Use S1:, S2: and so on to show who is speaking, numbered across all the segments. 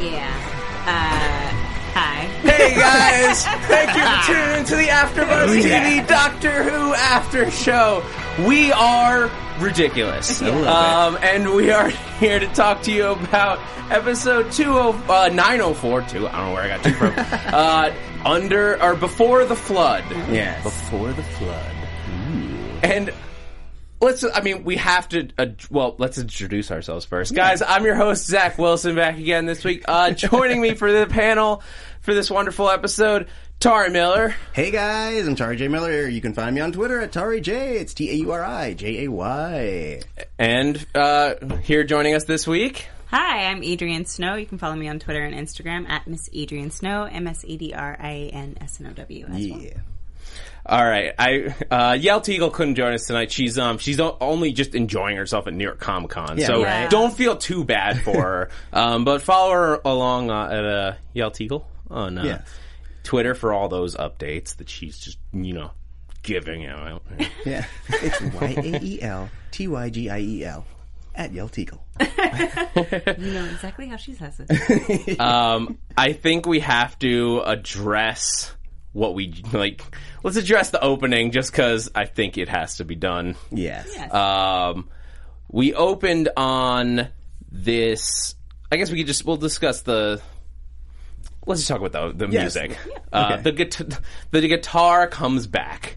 S1: Yeah. Uh, hi.
S2: Hey guys, thank you for tuning into the AfterBuzz TV Doctor Who After Show. We are ridiculous, um, and we are here to talk to you about episode 20, uh, 904, two, I don't know where I got two from. uh, under or before the flood,
S3: Yes.
S4: Before the flood.
S2: and. Let's. I mean, we have to. Uh, well, let's introduce ourselves first, guys. I'm your host Zach Wilson, back again this week. Uh, joining me for the panel for this wonderful episode, Tari Miller.
S3: Hey guys, I'm Tari J. Miller. You can find me on Twitter at Tari J. It's T A U R I J A Y.
S2: And uh, here joining us this week,
S1: Hi, I'm Adrian Snow. You can follow me on Twitter and Instagram at Miss Adrian Snow, M S A D R I A N S N O W as well.
S3: Yeah.
S2: all right, I uh, Yale Teagle couldn't join us tonight. She's um she's o- only just enjoying herself at New York Comic Con, so
S1: Yeah.
S2: don't feel too bad for her. um, but follow her along uh, at uh, Yale Teagle on uh,
S3: Yeah.
S2: Twitter for all those updates that she's just you know giving out.
S3: Yeah. It's Y A E L T Y G I E L at Yell Teagle.
S1: You know exactly how she says it.
S2: um, I think we have to address what we like. Let's address the opening just because I think it has to be done.
S3: Yes.
S1: Uh,
S2: Um, we opened on this. I guess we could just we'll discuss the. Let's just talk about the the
S3: Yes.
S2: music. Uh, The guitar the guitar comes back.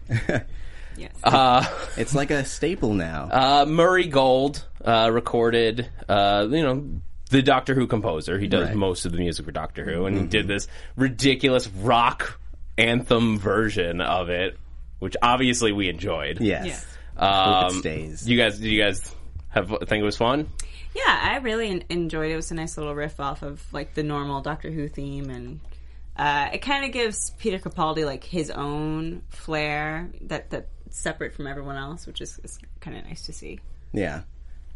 S1: Yes.
S3: It's like a staple now.
S2: Uh, Murray Gold uh, recorded, uh, you know, the Doctor Who composer. He does
S3: Right.
S2: most of the music for Doctor Who, and he did this ridiculous rock anthem version of it, which obviously we enjoyed.
S3: yes.
S1: Yes.
S2: um,
S3: it stays.
S2: You guys, do you guys have think it was fun?
S1: yeah, I really en- enjoyed it. It was a nice little riff off of like the normal Doctor Who theme, and uh, it kind of gives Peter Capaldi like his own flair that that separate from everyone else, which is, is kind of nice to see.
S3: Yeah.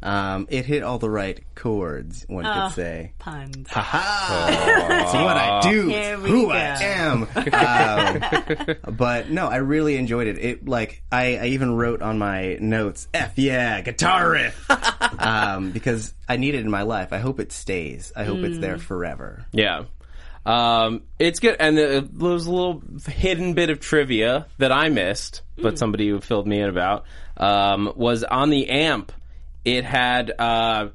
S3: Um, it hit all the right chords, one could say.
S1: Puns.
S3: It's what I do.
S1: Here
S3: it's
S1: we
S3: who
S1: go.
S3: I am. Um, but no, I really enjoyed it. It like I, I even wrote on my notes, "F yeah, guitar riff," um, because I need it in my life. I hope it stays. I hope it's there forever.
S2: Yeah. Um, it's good, and uh, there was a little hidden bit of trivia that I missed, but somebody who filled me in about um, was on the amp. It had uh,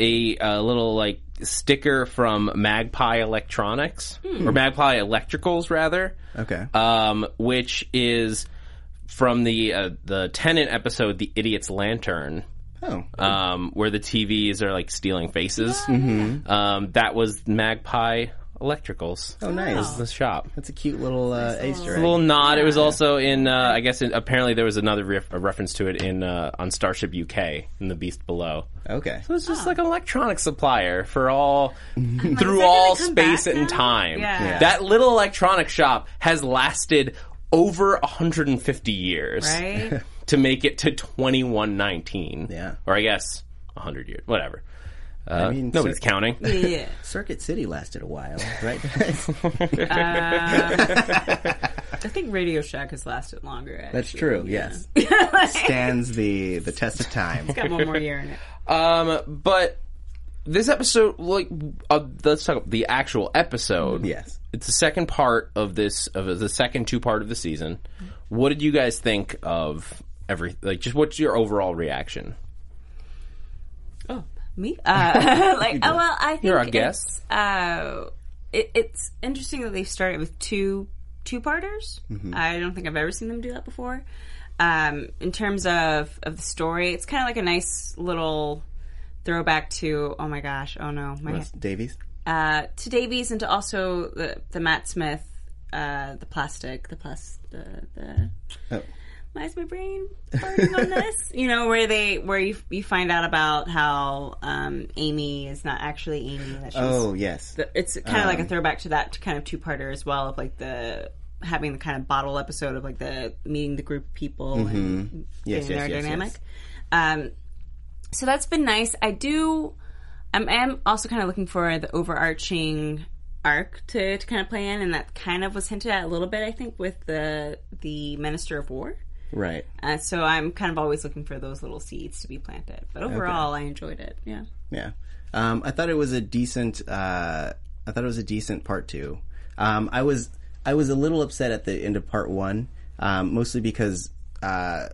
S2: a, a little like sticker from Magpie Electronics or Magpie Electricals, rather
S3: Okay.
S2: um, which is from the uh, the tenant episode, the Idiot's Lantern.
S3: Oh.
S2: um, where the TVs are like stealing faces. Mm-hmm. Um, that was Magpie Electricals.
S3: oh, nice.
S2: The shop.
S3: That's a cute little uh, Easter
S2: A
S3: egg.
S2: little nod. It was also in. Uh, I guess in, apparently there was another ref- a reference to it in uh, on Starship UK in the Beast Below.
S3: Okay.
S2: It was just like an electronic supplier for all
S1: Ah. Mm-hmm. is
S2: through
S1: that
S2: all
S1: gonna come back
S2: space and
S1: now?
S2: time.
S1: Yeah. Yeah.
S2: That little electronic shop has lasted over 150 years
S1: Right?
S2: to make it to 2119.
S3: Yeah.
S2: Or I guess 100 years, whatever. Uh,
S3: I mean,
S2: nobody's
S3: cer-
S2: counting.
S1: Yeah.
S3: Circuit City lasted a while, right?
S1: I think Radio Shack has lasted longer. Actually.
S3: That's true. Yes, stands the the test of time.
S1: Got one more year in it.
S2: Um, but this episode, like, uh, let's talk about the actual episode.
S3: Yes.
S2: it's the second part of this of the second two part of the season. What did you guys think of every? Like, just what's your overall reaction?
S1: Oh, me? Uh, like, oh, well, I think
S2: You're our
S1: it's,
S2: guest.
S1: Uh, it, it's interesting that they started with two two parters.
S2: Mm-hmm.
S1: I don't think I've ever seen them do that before. Um, in terms of of the story, it's kind of like a nice little throwback to oh my gosh, oh no, my
S3: Was Davies.
S1: uh, to Davies and to also the the Matt Smith, uh, the plastic, the plus the the.
S3: Oh.
S1: Why is my brain farting on this? You know where they where you you find out about how um, Amy is not actually Amy. That she's,
S3: Oh Um. yes.
S1: the- it's kind of like a throwback to that kind of two parter as well of like the having the kind of bottle episode of like the meeting the group of people and
S3: Mm-hmm. Yes,
S1: getting
S3: yes,
S1: their
S3: yes,
S1: dynamic.
S3: yes.
S1: Um, so that's been nice. I do. I'm, I'm also kind of looking for the overarching arc to, to kind of play in, and that kind of was hinted at a little bit, I think, with the the Minister of War.
S3: Right.
S1: Uh, so I'm kind of always looking for those little seeds to be planted. But overall, I enjoyed it. Yeah.
S3: Yeah. Um, I thought it was a decent. Uh, I thought it was a decent part two. Um, I was I was a little upset at the end of part one, um, mostly because uh,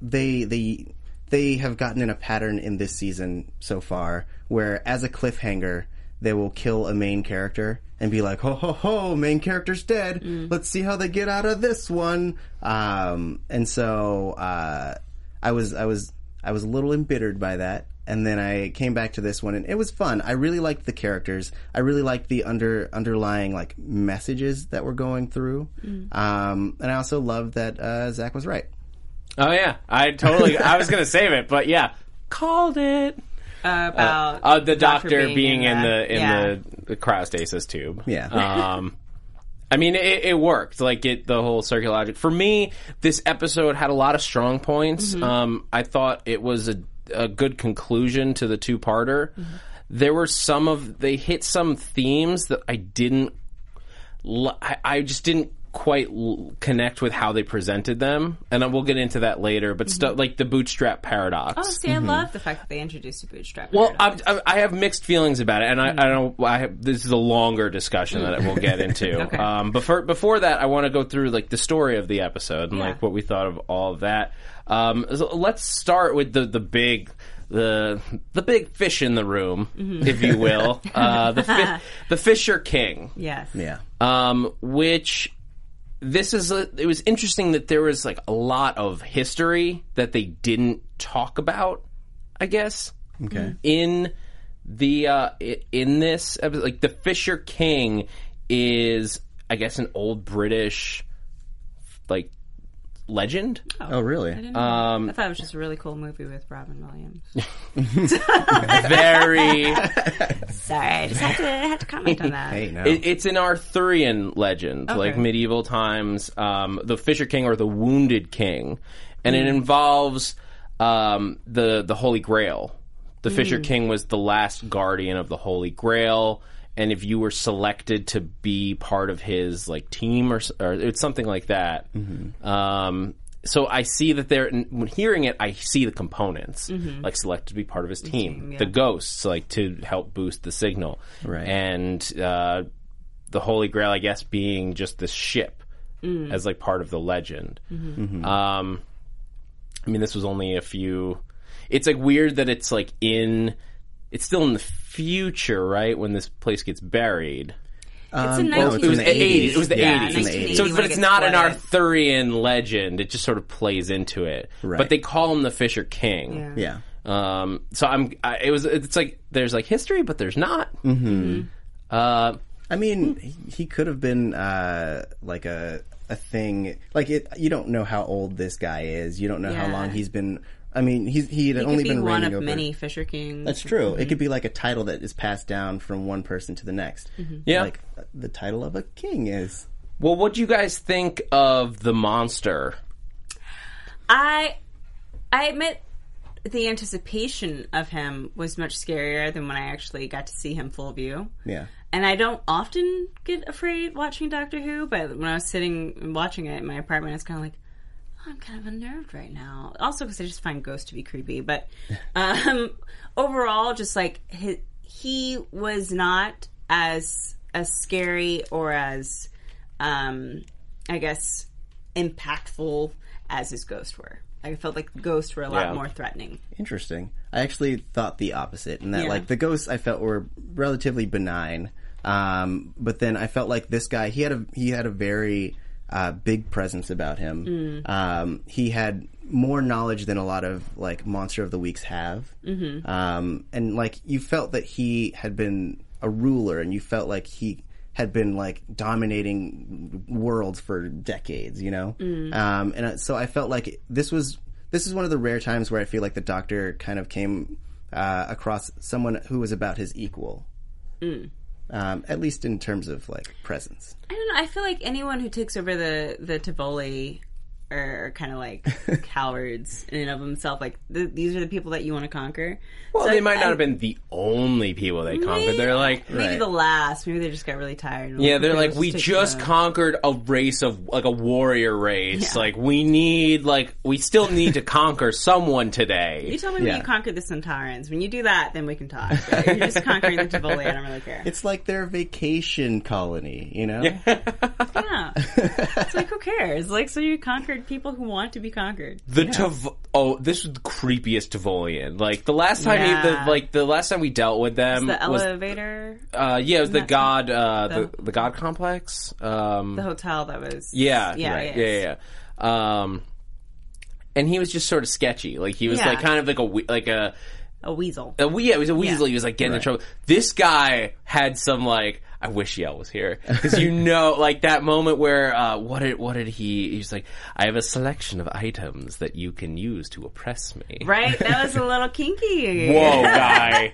S3: they they they have gotten in a pattern in this season so far where as a cliffhanger they will kill a main character and be like ho ho ho main character's dead let's see how they get out of this one um, and so uh, I was I was I was a little embittered by that and then I came back to this one and it was fun I really liked the characters I really liked the under underlying like messages that were going through
S1: Mm.
S3: um, and I also loved that uh, Zach was right
S2: Oh yeah, I totally. I was gonna save it, but yeah, called it.
S1: about
S2: Uh, the doctor, being, in,
S1: the-
S2: the in
S1: yeah.
S2: the, the cryostasis tube.
S3: Yeah.
S2: Um, I mean, it, it worked. Like it, the whole circular logic. For me, this episode had a lot of strong points. Um, I thought it was a a good conclusion to the two parter. There were some of they hit some themes that I didn't. li- I, I just didn't quite l- connect with how they presented them, and then we'll get into that later. But stuff like the bootstrap paradox.
S1: Oh, see, I love the fact that they introduced a bootstrap.
S2: Mm-hmm. Well,
S1: paradox.
S2: I, I- I have mixed feelings about it, and I, I don't. I have, this is a longer discussion that we'll get into.
S1: Mm. Okay.
S2: um, but for, before that, I want to go through like the story of the episode and
S1: Yeah.
S2: like what we thought of all of that. Um, so let's start with the the big. The the big fish in the room,
S1: Mm-hmm.
S2: if you will, uh, the fi- the Fisher King
S1: yes.
S3: yeah
S2: um, which this is a, it was interesting that there was like a lot of history that they didn't talk about i guess okay in the uh i- in this episode like the fisher king is i guess an old british like legend
S3: oh really
S1: Mm-hmm.
S2: Um,
S1: I thought it was just a really cool movie with Robin Williams.
S2: very
S1: Sorry, I just had to, I had to comment on that.
S3: Hey, no.
S2: It, it's an Arthurian legend, like medieval times, um, the Fisher King or the Wounded King, and it involves um, the the Holy Grail. The Fisher King was the last guardian of the Holy Grail, and if you were selected to be part of his like team or, s- or it's something like that. Um, so I see that there. and When hearing it, I see the components, like selected to be part of his team, Mm-hmm. the ghosts, like to help boost the signal,
S3: Right.
S2: and uh, the Holy Grail, I guess, being just this ship
S3: Mm.
S2: as like part of the legend.
S3: Mm-hmm.
S2: Um, I mean, this was only a few. It's like weird that it's like in. It's still in the future, right? When this place gets buried.
S1: It's a
S3: um, well,
S1: nineteen.
S3: it was
S2: The 80s. It was the
S3: Yeah,
S2: 80s.
S3: it's in the 80s.
S2: So,
S1: when
S2: but
S1: it
S2: it's
S1: gets
S2: not an
S1: flooded.
S2: Arthurian legend. It just sort of plays into it.
S3: Right.
S2: But they call him the Fisher King.
S3: yeah
S2: Um, so I'm. I, it was. It's like there's like history, but there's not. Mm-hmm. Uh,
S3: I mean,
S1: Hmm.
S3: he, he could have been uh, like a a thing. Like it, you don't know how old this guy is. You don't know how
S1: Yeah.
S3: long he's been. I mean, he's he'd
S1: He
S3: only
S1: could be
S3: been
S1: one
S3: reigning
S1: of
S3: over.
S1: many Fisher Kings.
S3: That's true. It could be like a title that is passed down from one person to the next.
S2: Yeah.
S3: like the title of a king is.
S2: well, what do you guys think of the monster?
S1: I I admit the anticipation of him was much scarier than when I actually got to see him full view.
S3: Yeah.
S1: And I don't often get afraid watching Doctor Who, but when I was sitting and watching it in my apartment, it's kind of like, oh, I'm kind of unnerved right now. Also, because I just find ghosts to be creepy. But um, overall, just like he, he was not as as scary or as, um, I guess, impactful as his ghosts were. I felt like the ghosts were a lot
S2: Yeah.
S1: more threatening.
S3: Interesting. I actually thought the opposite, and that
S1: Yeah.
S3: like the ghosts I felt were relatively benign, um, but then I felt like this guy he had a he had a very uh, big presence about him. Um, he had more knowledge than a lot of like monster of the weeks have, mm-hmm. um, and like you felt that he had been a ruler, and you felt like he had been like dominating worlds for decades, you know. Um, and uh, so I felt like this was this is one of the rare times where I feel like the Doctor kind of came uh, across someone who was about his equal,
S1: Mm.
S3: um, at least in terms of like presence.
S1: I don't know. I feel like anyone who takes over the the Tivoli are kind of like cowards in and of themselves. Like th- these are the people that you want to conquer.
S2: Well,
S1: So
S2: they might not
S1: I-
S2: have been the only people they conquered. They're like,
S1: maybe the last. Maybe they just got really tired. and
S2: yeah, they're
S1: "Okay,
S2: like,
S1: let's
S2: we
S1: take
S2: just
S1: the-"
S2: conquered a race of like a warrior race. Like we need, like we still need to conquer someone
S1: You
S2: today.
S1: tell me when
S3: Yeah.
S1: you conquer the Centaurans. When you do that, then we can talk. But you're just conquering the Tivoli. I don't really care.
S3: It's like their vacation colony, you know.
S1: yeah. It's like who cares? Like so, you conquered people who want to be conquered.
S2: The Tav- oh, this was the creepiest Tivolian. Like the last time, he,
S1: Yeah.
S2: the, like the last time we dealt with them
S1: The
S2: Mm, was,
S1: elevator,
S2: uh, yeah, it was the god, uh, the,
S1: the-
S2: the god complex. Um,
S1: the hotel that was.
S2: Yeah,
S1: yeah,
S2: right.
S1: yes.
S2: yeah, yeah, yeah. Um, and he was just sort of sketchy. Like he was
S1: Yeah.
S2: like kind of like a we- like a,
S1: A weasel.
S2: a we- yeah, he was a weasel.
S1: Yeah.
S2: He was like getting in trouble. This guy had some like I wish Yale was here because you know like that moment where uh, what did what did he? He's like I have a selection of items that you can use to oppress me.
S1: Right? That was a little kinky.
S2: Whoa, guy.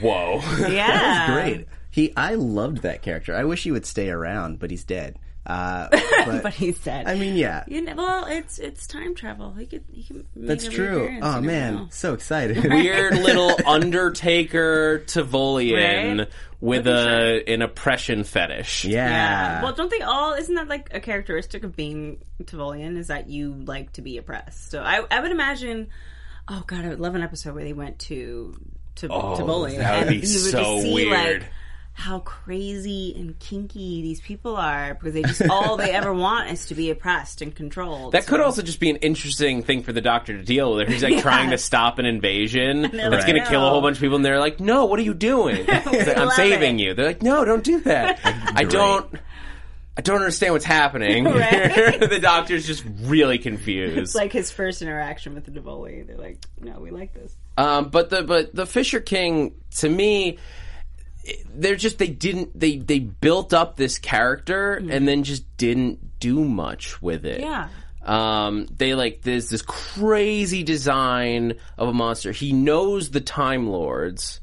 S2: Whoa.
S1: Yeah. That
S3: Great. He, I loved that character. I wish he would stay around, but he's dead. Uh, but,
S1: But he said.
S3: I mean, yeah,
S1: You know, well, it's it's time travel. He could he can make
S3: that's
S1: a
S3: true.
S1: reappearance,
S3: Oh
S1: you never
S3: man,
S1: know.
S3: so excited.
S2: Weird little Undertaker Tivolian
S1: Right?
S2: with a an oppression fetish.
S3: Yeah.
S1: Yeah. Well, don't they all? Isn't that like a characteristic of being Tivolian? Is that you like to be oppressed? So I I would imagine. Oh God, I would love an episode where they went to to
S2: Oh,
S1: Tivoli
S2: that
S1: and
S2: would be
S1: you would just
S2: so
S1: see
S2: weird.
S1: like how crazy and kinky these people are because they just all they ever want is to be oppressed and controlled.
S2: That could
S1: So-
S2: also just be an interesting thing for the doctor to deal with. If he's like trying to stop an invasion
S1: they're
S2: that's
S1: like,
S2: going to kill a whole
S1: "No."
S2: bunch of people, and they're like, "No, what are you doing?" He's like, "I'm
S1: love
S2: saving
S1: it.
S2: you." They're like, "No, don't do that. I don't. I don't understand what's happening."
S1: Right.
S2: the doctor's just really confused.
S1: It's like his first interaction with the Tivoli. They're like, no, we like this.
S2: Um, but the but the Fisher King to me, they're just they didn't they they built up this character and then just didn't do much with it.
S1: Yeah.
S2: Um, they like there's this crazy design of a monster. He knows the Time Lords,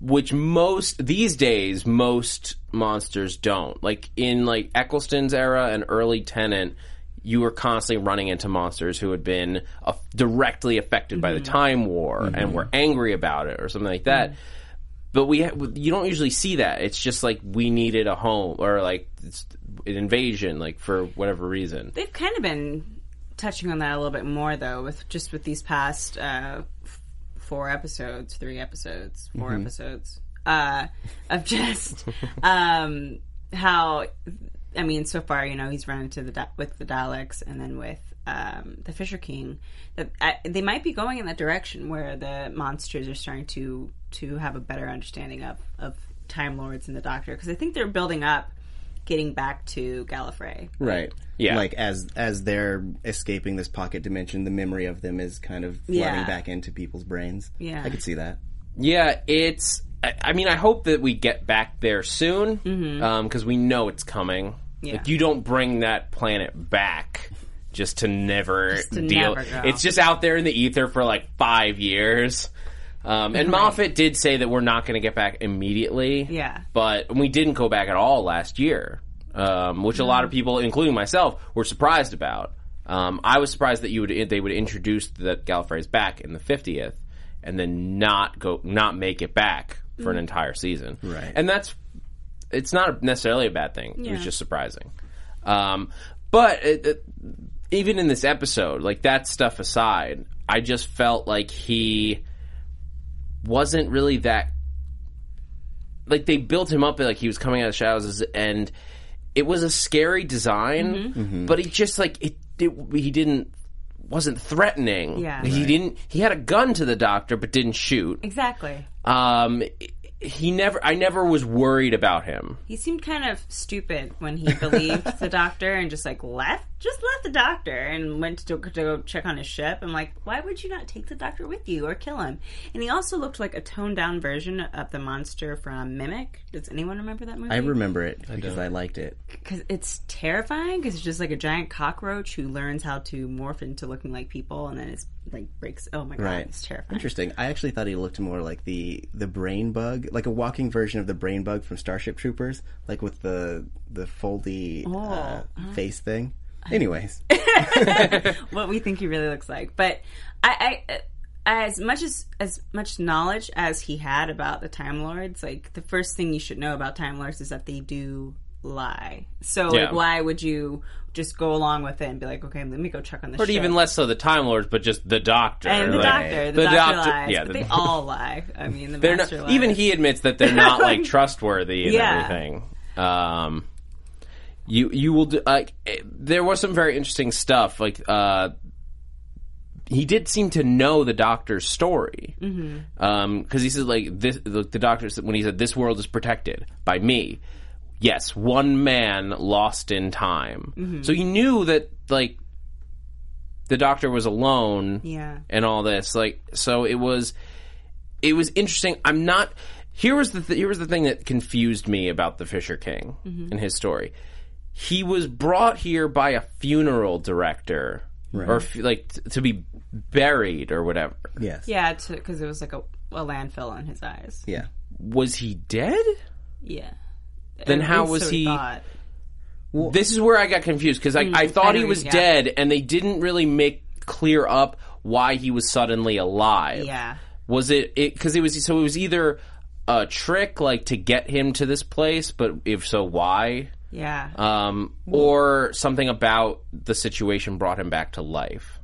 S2: which most these days most monsters don't. Like in like Eccleston's era and early Tenant, you were constantly running into monsters who had been uh, directly affected by the Time War and were angry about it or something like that but we ha- you don't usually see that. It's just like we needed a home or like it's an invasion, like for whatever reason.
S1: They've kind of been touching on that a little bit more, though, with just with these past uh, f- four episodes, three episodes, 4 episodes uh, of just um, how. I mean, so far, you know, he's run into the Da- with the Daleks and then with um, the Fisher King. That I, they might be going in that direction where the monsters are starting to to have a better understanding of of Time Lords and the Doctor, because I think they're building up, getting back to Gallifrey.
S3: right
S2: Yeah.
S3: like as as they're escaping this pocket dimension the memory of them is kind of flooding
S1: Yeah.
S3: back into people's brains
S1: Yeah.
S3: i could see that
S2: Yeah, it's. I, I mean, I hope that we get back there soon because we know it's coming.
S1: Mm-hmm. Yeah.
S2: Like you don't bring that planet back just to never
S1: to
S2: deal.
S1: never go.
S2: it's just out there in the ether for like five years. Um, and Moffat did say that we're not going to get back immediately.
S1: Yeah.
S2: but we didn't go back at all last year, um, which a lot of people, including myself, were surprised about. Um, I was surprised that you would they would introduce that Gallifrey's back in the fiftieth, and then not go not make it back for an entire season.
S3: Right.
S2: and that's it's not necessarily a bad thing. It was
S1: Yeah.
S2: just surprising. Um, but it, it, even in this episode, like that stuff aside, I just felt like he wasn't really that like they built him up like he was coming out of the shadows and it was a scary design
S1: Mm-hmm.
S2: but he just like it, it he didn't wasn't threatening
S1: Yeah.
S2: he didn't he had a gun to the doctor but didn't shoot
S1: Exactly.
S2: um he never i never was worried about him
S1: He seemed kind of stupid when he believed the doctor and just like left, just left the doctor and went to, to go check on his ship. I'm like, why would you not take the doctor with you or kill him? And he also looked like a toned down version of the monster from Mimic. Does anyone remember that movie?
S3: I remember it because I liked it.
S1: because it's terrifying because it's just like a giant cockroach who learns how to morph into looking like people and then it's like breaks. Oh my god,
S3: Right.
S1: it's terrifying.
S3: Interesting. I actually thought he looked more like the the brain bug, like a walking version of the brain bug from Starship Troopers, like with the the foldy uh, face thing. Anyways,
S1: what we think he really looks like. But I, I as much as as much knowledge as he had about the Time Lords, like the first thing you should know about Time Lords is that they do lie. So
S2: Yeah.
S1: like, why would you just go along with it and be like, okay, let me go check on this?
S2: but even
S1: ship?
S2: less so the time lords but just the doctor
S1: and the
S2: like,
S1: doctor, the, doctor, lies.
S2: yeah
S1: but
S2: the-
S1: they all lie. I mean, the
S2: they're not,
S1: master lies.
S2: even he admits that they're not like trustworthy and
S1: Yeah.
S2: everything. Um, you you will do, like eh, there was some very interesting stuff like uh, he did seem to know the doctor's story because
S1: Mm-hmm.
S2: he says like this the, the doctor said- when he said this world is protected by me yes one man lost in time
S1: Mm-hmm.
S2: so he knew that like the doctor was alone
S1: Yeah.
S2: and all this like so it was it was interesting. I'm not. Here was the th- here was the thing that confused me about the Fisher King
S1: Mm-hmm.
S2: and his story. He was brought here by a funeral director, or f- like t- to be buried or whatever.
S3: yes,
S1: Yeah, because it was like a, a landfill on his eyes.
S3: yeah.
S2: Was he dead?
S1: Yeah.
S2: Then
S1: At
S2: how
S1: least
S2: was
S1: so
S2: he-
S1: thought.
S2: this is where I got confused because I, I
S1: Mm, I
S2: thought
S1: know
S2: he
S1: what
S2: was
S1: you- yeah.
S2: dead, and they didn't really make clear up why he was suddenly alive.
S1: Yeah.
S2: Was it because it, was so it was either a trick like to get him to this place, but if so, why?
S1: Yeah.
S2: um, or something about the situation brought him back to life.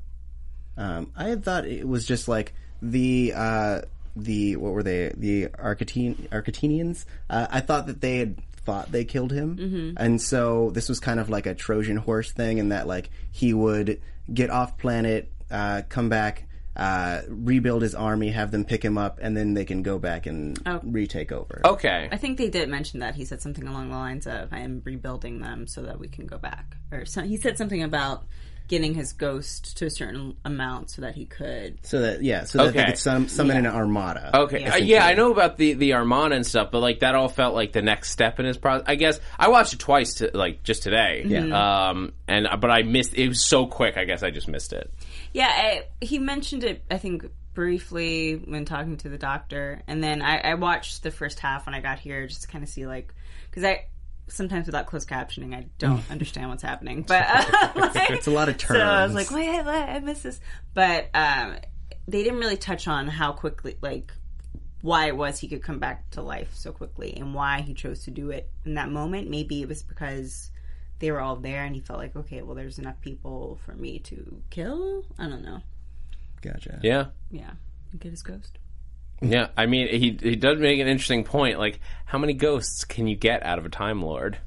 S3: Um, I had thought it was just like the uh, the what were they the Arcatine, Arcatinians. Uh, I thought that they had thought they killed him, and so this was kind of like a Trojan horse thing, in that like he would get off planet, uh, come back. Uh, rebuild his army, have them pick him up, and then they can go back and retake over.
S2: Okay.
S1: I think they did mention that he said something along the lines of "I am rebuilding them so that we can go back," or so, he said something about getting his ghost to a certain amount so that he could.
S3: So that yeah, so that they
S2: Okay.
S3: could sum, summon an armada.
S2: Okay. Yeah. yeah, I know about the the Armada and stuff, but like that all felt like the next step in his process. I guess I watched it twice, to, like just today. Yeah. Um, and but I missed. It was so quick. I guess I just missed it.
S1: Yeah, I, he mentioned it. I think briefly when talking to the doctor, and then I, I watched the first half when I got here just to kind of see like because I sometimes without closed captioning I don't understand what's happening, but uh, like-
S3: Mm. It's a lot of
S1: So I was
S3: terms.
S1: like, wait, what? I missed this. But um, they didn't really touch on how quickly, like, why it was he could come back to life so quickly and why he chose to do it in that moment. Maybe it was because they were all there and he felt like, okay, well, there's enough people for me to kill. I don't know.
S3: Gotcha.
S2: Yeah.
S1: Yeah. And Get his ghost.
S2: Yeah. I mean, he he does make an interesting point. Like, how many ghosts can you get out of a Time Lord?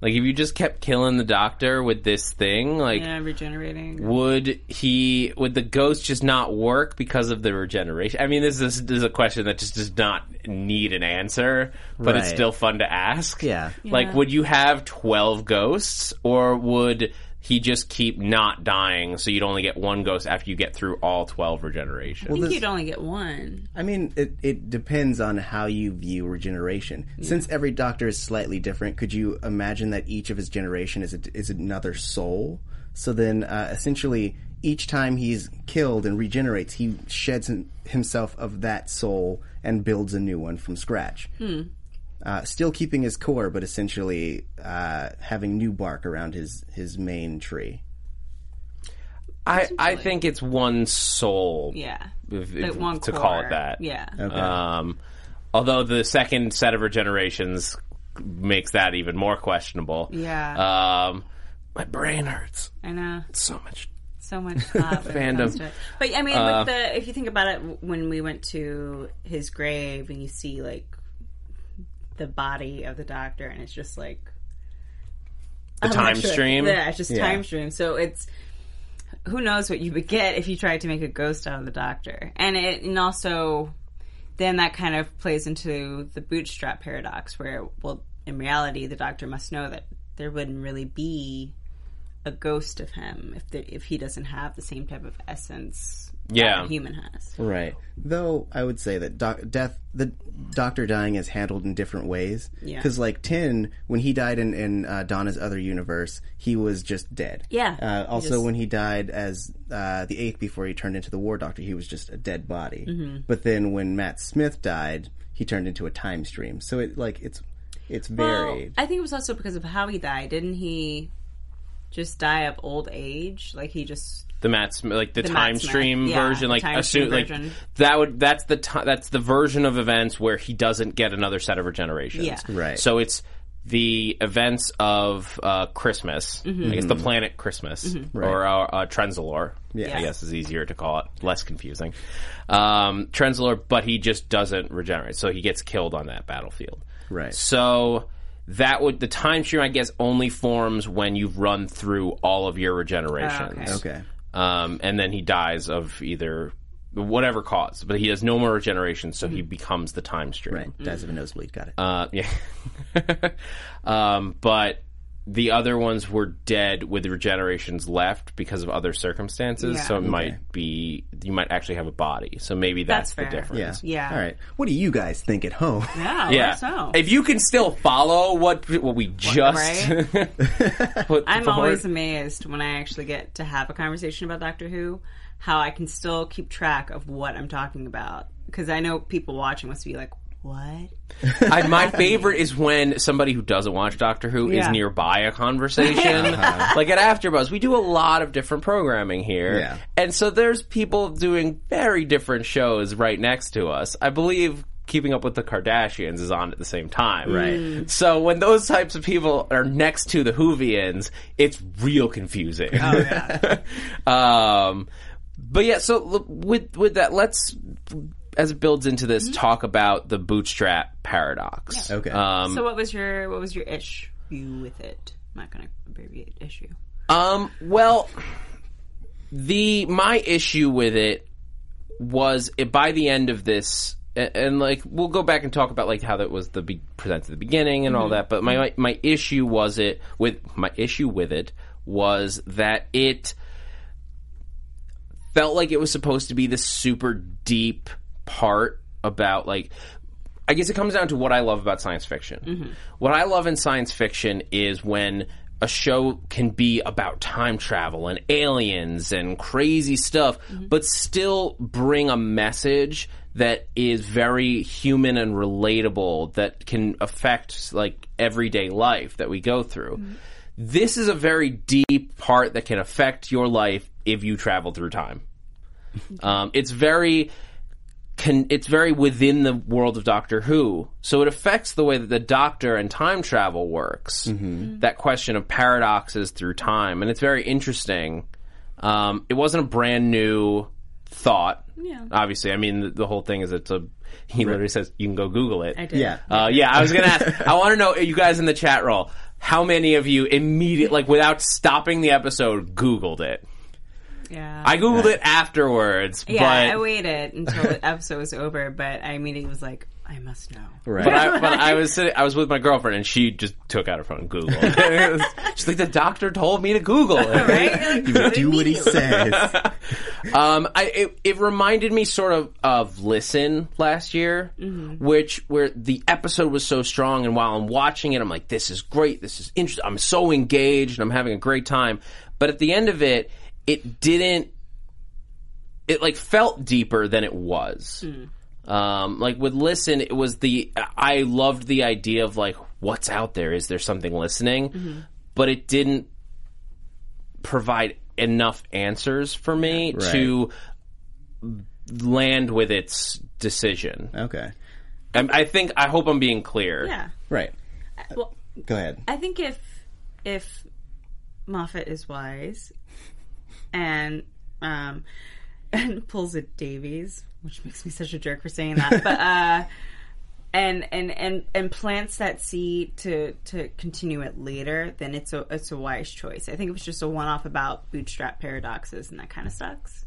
S2: Like, if you just kept killing the Doctor with this thing, like,
S1: Yeah, regenerating.
S2: would he would the ghost just not work because of the regeneration i mean this is, this is a question that just does not need an answer but it's
S3: Right.
S2: still fun to ask
S3: Yeah.
S2: like would you have 12 ghosts or would he just keep not dying so you'd only get one ghost after you get through all 12 regeneration
S1: I think
S3: this-
S1: you'd only get one.
S3: I mean, it, it depends on how you view regeneration. Since every doctor is slightly different, could you imagine that each of his generation is a, is another soul? So then, uh, essentially, each time he's killed and regenerates, he sheds him, himself of that soul and builds a new one from scratch. uh, still keeping his core, but essentially uh, having new bark around his his main tree.
S2: I, I think it's one soul.
S1: Yeah.
S2: If,
S1: Like
S2: if-
S1: one
S2: to call it
S1: core.
S2: that.
S1: Yeah.
S2: Um, although the second set of regenerations makes that even more questionable.
S1: Yeah.
S2: Um, my brain hurts
S1: I know.
S2: so much.
S1: so much thought when
S2: Fandom.
S1: It comes to it. But I mean, with the if you think about it, w- when we went to his grave and you see like the body of the doctor, and it's just like Oh,
S2: The time stream.
S1: Yeah, it's just time stream. So it's who knows what you would get if you tried to make a ghost out of the doctor, and it and also then that kind of plays into the bootstrap paradox, where well, in reality, the doctor must know that there wouldn't really be a ghost of him if the, if he doesn't have the same type of essence
S2: Yeah.
S1: that a human has.
S3: Right. Though I would say that doc- death, the doctor dying is handled in different ways.
S1: Yeah.
S3: Because like Tin, when he died in in uh, Donna's other universe, he was just dead.
S1: Yeah.
S3: Uh, also,
S1: just-
S3: when he died as uh, the eighth before he turned into the War Doctor, he was just a dead body.
S1: Mm-hmm.
S3: But then when Matt Smith died, he turned into a time stream. So it like it's it's varied.
S1: I think it was also because of how he died. Didn't he just die of old age? Like he just
S2: the Matt Smith, like the,
S1: The Matt
S2: time
S1: Smith,
S2: stream
S1: yeah,
S2: version,
S1: the
S2: like
S1: time
S2: assume,
S1: stream
S2: like
S1: version.
S2: that would that's the ti that's the version of events where he doesn't get another set of regenerations.
S1: Yeah.
S3: Right.
S2: So it's the events of uh, Christmas.
S3: Mm-hmm.
S2: I guess the planet Christmas or uh, uh, Trenzalore.
S3: Yeah.
S2: I guess is easier to call it, less confusing. Um, Trenzalore, but he just doesn't regenerate, so he gets killed on that battlefield.
S3: Right.
S2: So that would the time stream, I guess, only forms when you've run through all of your
S1: Oh,
S2: regenerations
S3: okay.
S2: um, and then he dies of either whatever cause, but he has no more regeneration, so he becomes the time stream.
S3: Mm-hmm. Right.
S1: Mm-hmm.
S3: Dies of a nosebleed. Got it.
S2: Uh, yeah, um, but the other ones were dead with regenerations left because of other circumstances.
S1: Yeah.
S2: So it might be you might actually have a body. So maybe
S1: That's
S2: that's, the
S1: fair.
S3: yeah.
S2: difference.
S1: yeah.
S3: All right. What do you guys think at home?
S1: Yeah,
S2: Yeah.
S1: yeah. So.
S2: If you can still follow what what we just put
S1: I'm
S2: forward-
S1: always amazed when I actually get to have a conversation about Doctor Who, how I can still keep track of what I'm talking about. Because I know people watching must be like, what?
S2: I, my favorite is when somebody who doesn't watch Doctor Who is
S1: Yeah.
S2: nearby a conversation. like at AfterBuzz, we do a lot of different programming here,
S3: Yeah.
S2: and so there's people doing very different shows right next to us. I believe. Keeping Up with the Kardashians is on at the same time.
S3: Right. Mm.
S2: So when those types of people are next to the Whovians, it's real confusing. Oh, yeah. um, but yeah, so l- with with that, let's as it builds into this, talk about the bootstrap paradox.
S3: Okay.
S2: Um,
S1: so what was your what was your issue with it? I'm not going to abbreviate issue.
S2: um, well, the my issue with it was it, by the end of this, a- and like we'll go back and talk about like how that was the be- presented at the beginning and all that. But my, my my issue was it with my issue with it was that it felt like it was supposed to be this super deep part about like I guess it comes down to what I love about science fiction. What I love in science fiction is when a show can be about time travel and aliens and crazy stuff, but still bring a message that is very human and relatable that can affect like everyday life that we go through. This is a very deep part that can affect your life if you travel through time. Um, it's very can it's very within the world of Doctor Who, so it affects the way that the Doctor and time travel works. That question of paradoxes through time, and it's very interesting. Um, it wasn't a brand new thought.
S1: Yeah.
S2: Obviously, I mean the, the whole thing is it's a. He literally says you can go Google it.
S1: I did.
S3: Yeah.
S2: Uh, yeah, I was gonna ask. I want to know uh, you guys in the chat roll. How many of you immediate, like without stopping the episode, Googled it?
S1: Yeah.
S2: I Googled it afterwards,
S1: yeah,
S2: but
S1: I waited until the episode was over, but I immediately was like, I must know.
S3: Right.
S2: But I, but I was sitting, I was with my girlfriend, and she just took out her phone and Googled. It was- She's like, "The doctor told me to Google it."
S1: Right?
S3: You do what he says.
S2: Um, I it, it reminded me sort of of Listen last year, which where the episode was so strong, and while I'm watching it, I'm like, "This is great. This is interesting. I'm so engaged, and I'm having a great time." But at the end of it, it didn't. It like felt deeper than it was. Um, like with listen, it was the I loved the idea of like what's out there. Is there something listening? But it didn't provide enough answers for me to land with its decision.
S3: Okay.
S2: I, I think I hope I'm being clear.
S1: Yeah.
S3: Right.
S1: Uh, Well,
S3: Go ahead.
S1: I think if if Moffat is wise and um and pulls a Davies, which makes me such a jerk for saying that, but uh and and and and plants that seed to to continue it later, then it's a it's a wise choice. I think it was just a one off about bootstrap paradoxes and that kind of sucks.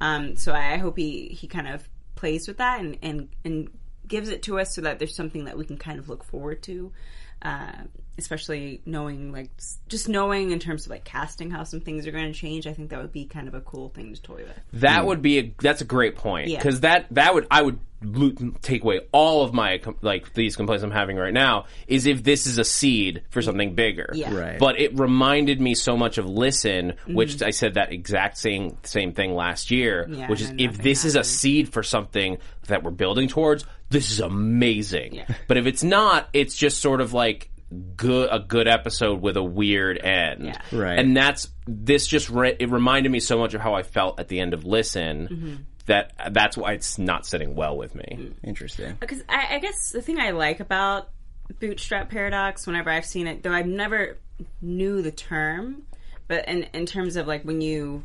S1: Um, so I hope he he kind of plays with that and and and gives it to us so that there's something that we can kind of look forward to. Uh, especially knowing like s- just knowing in terms of like casting how some things are going to change i think that would be kind of a cool thing to toy with
S2: That would be a that's a great point
S1: Hmm. Yeah.
S2: because that that would I would lo- take away all of my com- like these complaints I'm having right now is if this is a seed for something bigger.
S1: Yeah. Mm-hmm. Right.
S2: But it reminded me so much of listen, which I said that exact same same thing last year,
S1: Yeah,
S2: which is
S1: and then
S2: if
S1: nothing
S2: this is a
S1: happened.
S2: seed for something that we're building towards, this is amazing.
S1: Yeah.
S2: But if it's not, it's just sort of like good a good episode with a weird end
S1: Yeah.
S3: Right.
S2: and that's this just re- it reminded me so much of how I felt at the end of Listen
S3: Mm-hmm.
S2: that that's why it's not sitting well with me.
S3: Interesting.
S1: because I, I guess the thing I like about bootstrap paradox, whenever I've seen it, though I've never knew the term, but in in terms of like when you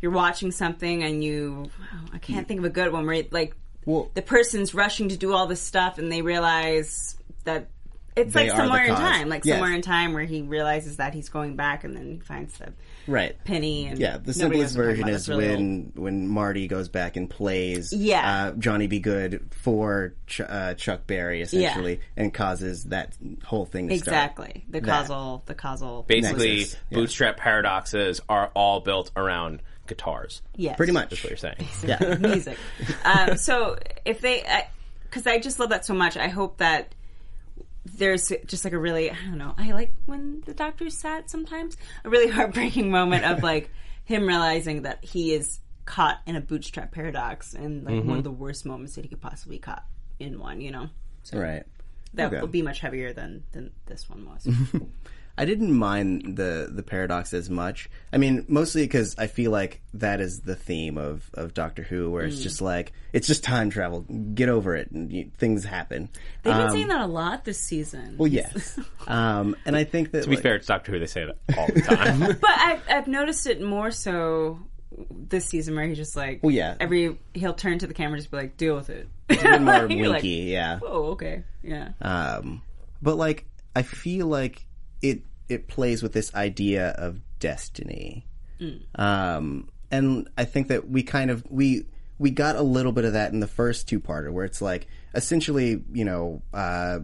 S1: you're watching something and you, I can't think of a good one where it, like
S3: Well-
S1: the person's rushing to do all this stuff and they realize that. It's
S3: They
S1: like
S3: are the
S1: somewhere in
S3: cause.
S1: time, like
S3: Yes.
S1: somewhere in time where he realizes that he's going back, and then he finds the
S3: Right.
S1: penny. And
S3: Yeah, the
S1: nobody knows
S3: simplest
S1: what I'm
S3: version
S1: talking about.
S3: is
S1: That's really old.
S3: when when Marty goes back and plays
S1: Yeah.
S3: uh, Johnny Be Good for Ch- uh, Chuck Berry essentially, and causes that whole thing to
S1: exactly the
S3: That.
S1: causal, the causal,
S2: Basically,
S3: Nexus, yeah.
S2: bootstrap paradoxes are all built around guitars.
S1: yes,
S3: Pretty much.
S2: That's what you're saying.
S3: Yeah.
S1: music. um, so if they, because I, just love that so much, I hope that there's just like a really, I don't know, I like when the doctor's sad sometimes, a really heartbreaking moment of like him realizing that he is caught in a bootstrap paradox and like
S3: Mm-hmm.
S1: one of the worst moments that he could possibly caught in one, you know. So
S3: Right.
S1: that
S3: Okay.
S1: would be much heavier than than this one was.
S3: I didn't mind the the paradox as much. I mean, mostly because I feel like that is the theme of of Doctor Who, where
S1: Mm.
S3: it's just like it's just time travel. Get over it, and you, things happen. Um,
S1: They've been saying that a lot this season.
S3: Well, yes, um, and I think that
S2: To be fair, it's Doctor Who. They say that all the time.
S1: But I've, I've noticed it more so this season where he's just like,
S3: Well, yeah.
S1: every he'll turn to the camera and just be like, deal with it.
S3: been more
S1: You're like,
S3: winky, yeah.
S1: Oh, okay, yeah.
S2: Uh.
S3: Um, but like, I feel like it it plays with this idea of destiny,
S1: Mm.
S3: um, and I think that we kind of we we got a little bit of that in the first two parter, where it's like essentially, you know, uh,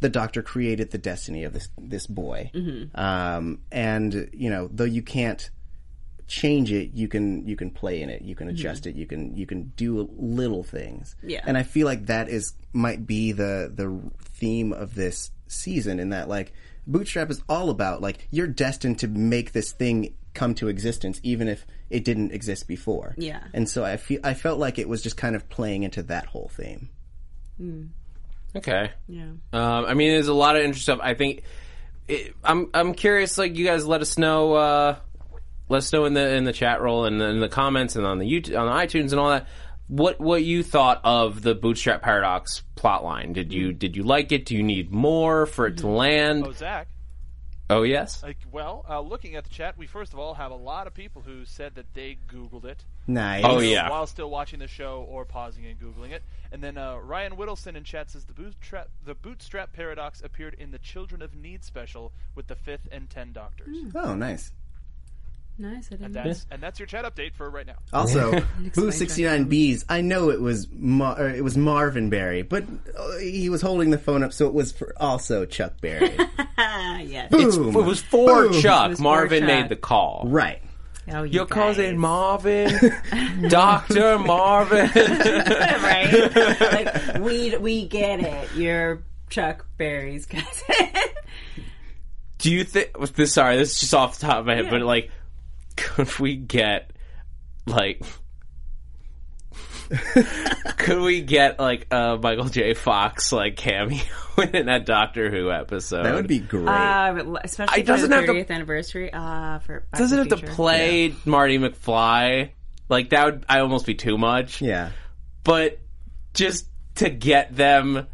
S3: the Doctor created the destiny of this this boy,
S1: Mm-hmm.
S3: um, and you know, though you can't change it you can you can play in it you can adjust it you can you can do little things
S1: Mm-hmm. Yeah.
S3: and i feel like that is might be the the theme of this season in that like bootstrap is all about like you're destined to make this thing come to existence even if it didn't exist before
S1: Yeah.
S3: and so i feel i felt like it was just kind of playing into that whole theme
S2: okay.
S1: yeah.
S2: Um, I mean, there's a lot of interesting stuff. I think it, I'm I'm curious. Like you guys, let us know. Uh, let us know in the in the chat roll and in the comments and on the YouTube, on the iTunes and all that. What what you thought of the Bootstrap Paradox plotline? Did you did you like it? Do you need more for it to
S4: Oh,
S2: land?
S4: Zach.
S2: Oh yes.
S4: Like, well, uh, looking at the chat, we first of all have a lot of people who said that they Googled it.
S3: nice
S2: Oh, yeah.
S4: While still watching the show or pausing and Googling it. And then uh, Ryan Whittleson in chat says the bootstrap, the bootstrap paradox appeared in the Children of Need special with the fifth and ten doctors.
S3: oh nice
S1: Nice. I didn't.
S4: That's, and that's your chat update for right now.
S3: Also, Boo
S1: Explain
S3: sixty nine B's. I know it was Mar- or it was Marvin Berry, but uh, he was holding the phone up, so it was for also Chuck Berry.
S1: Ah, yes.
S3: Boom.
S2: It was for
S3: Boom.
S2: Chuck.
S1: It was for
S2: Marvin
S1: Chuck.
S2: made the call.
S3: Right.
S1: Oh, you
S2: Your call's
S1: guys.
S2: in Marvin, Doctor Marvin.
S1: right? like, we we get it. You're Chuck Berry's cousin.
S2: Do you think this? Sorry, this is just off the top of my head, but like, could we get like Could we get like a Michael J. Fox like cameo in that Doctor Who episode?
S3: That would be great.
S1: Uh, but l- especially
S2: It
S1: for
S2: doesn't
S1: the
S2: have to-
S1: 30th anniversary. Uh, for Back to
S2: Doesn't
S1: the
S2: have to
S1: Future.
S2: play Marty McFly. Like that would I almost be too much.
S3: yeah.
S2: But just to get them